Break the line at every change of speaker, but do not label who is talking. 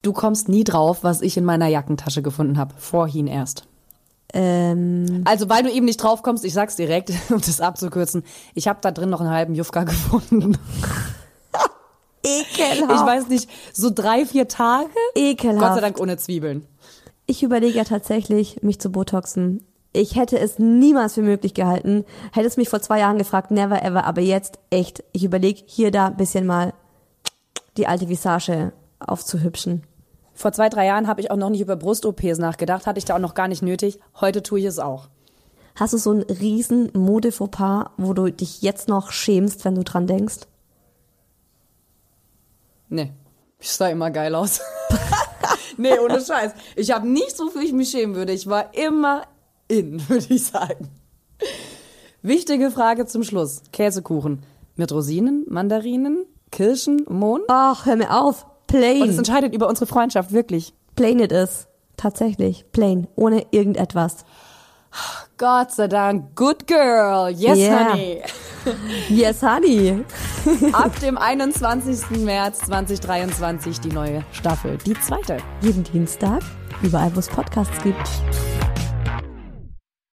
Du kommst nie drauf, was ich in meiner Jackentasche gefunden habe. Vorhin erst.
Ähm,
Also, weil du eben nicht drauf kommst, ich sag's direkt, um das abzukürzen. Ich habe da drin noch einen halben Jufka gefunden.
ekelhaft.
Ich weiß nicht, so drei, vier Tage?
ekelhaft.
Gott sei Dank ohne Zwiebeln.
Ich überlege ja tatsächlich, mich zu Botoxen. Ich hätte es niemals für möglich gehalten. Hättest mich vor zwei Jahren gefragt, never ever, aber jetzt echt. Ich überlege hier da ein bisschen mal die alte Visage aufzuhübschen.
Vor zwei, drei Jahren habe ich auch noch nicht über Brust-OPs nachgedacht, hatte ich da auch noch gar nicht nötig. Heute tue ich es auch.
Hast du so einen riesen mode wo du dich jetzt noch schämst, wenn du dran denkst?
Nee, ich sah immer geil aus. nee, ohne Scheiß. Ich habe nichts, wofür ich mich schämen würde. Ich war immer in, würde ich sagen. Wichtige Frage zum Schluss. Käsekuchen. Mit Rosinen, Mandarinen, Kirschen, Mohn?
Ach, hör mir auf.
Und es
Plain.
entscheidet über unsere Freundschaft, wirklich.
Plain it is. Tatsächlich. Plain. Ohne irgendetwas.
Gott sei Dank. Good girl. Yes,
Yeah.
honey.
Yes, honey.
Ab dem 21. März 2023 die neue Staffel, die zweite.
Jeden Dienstag. Überall, wo es Podcasts gibt.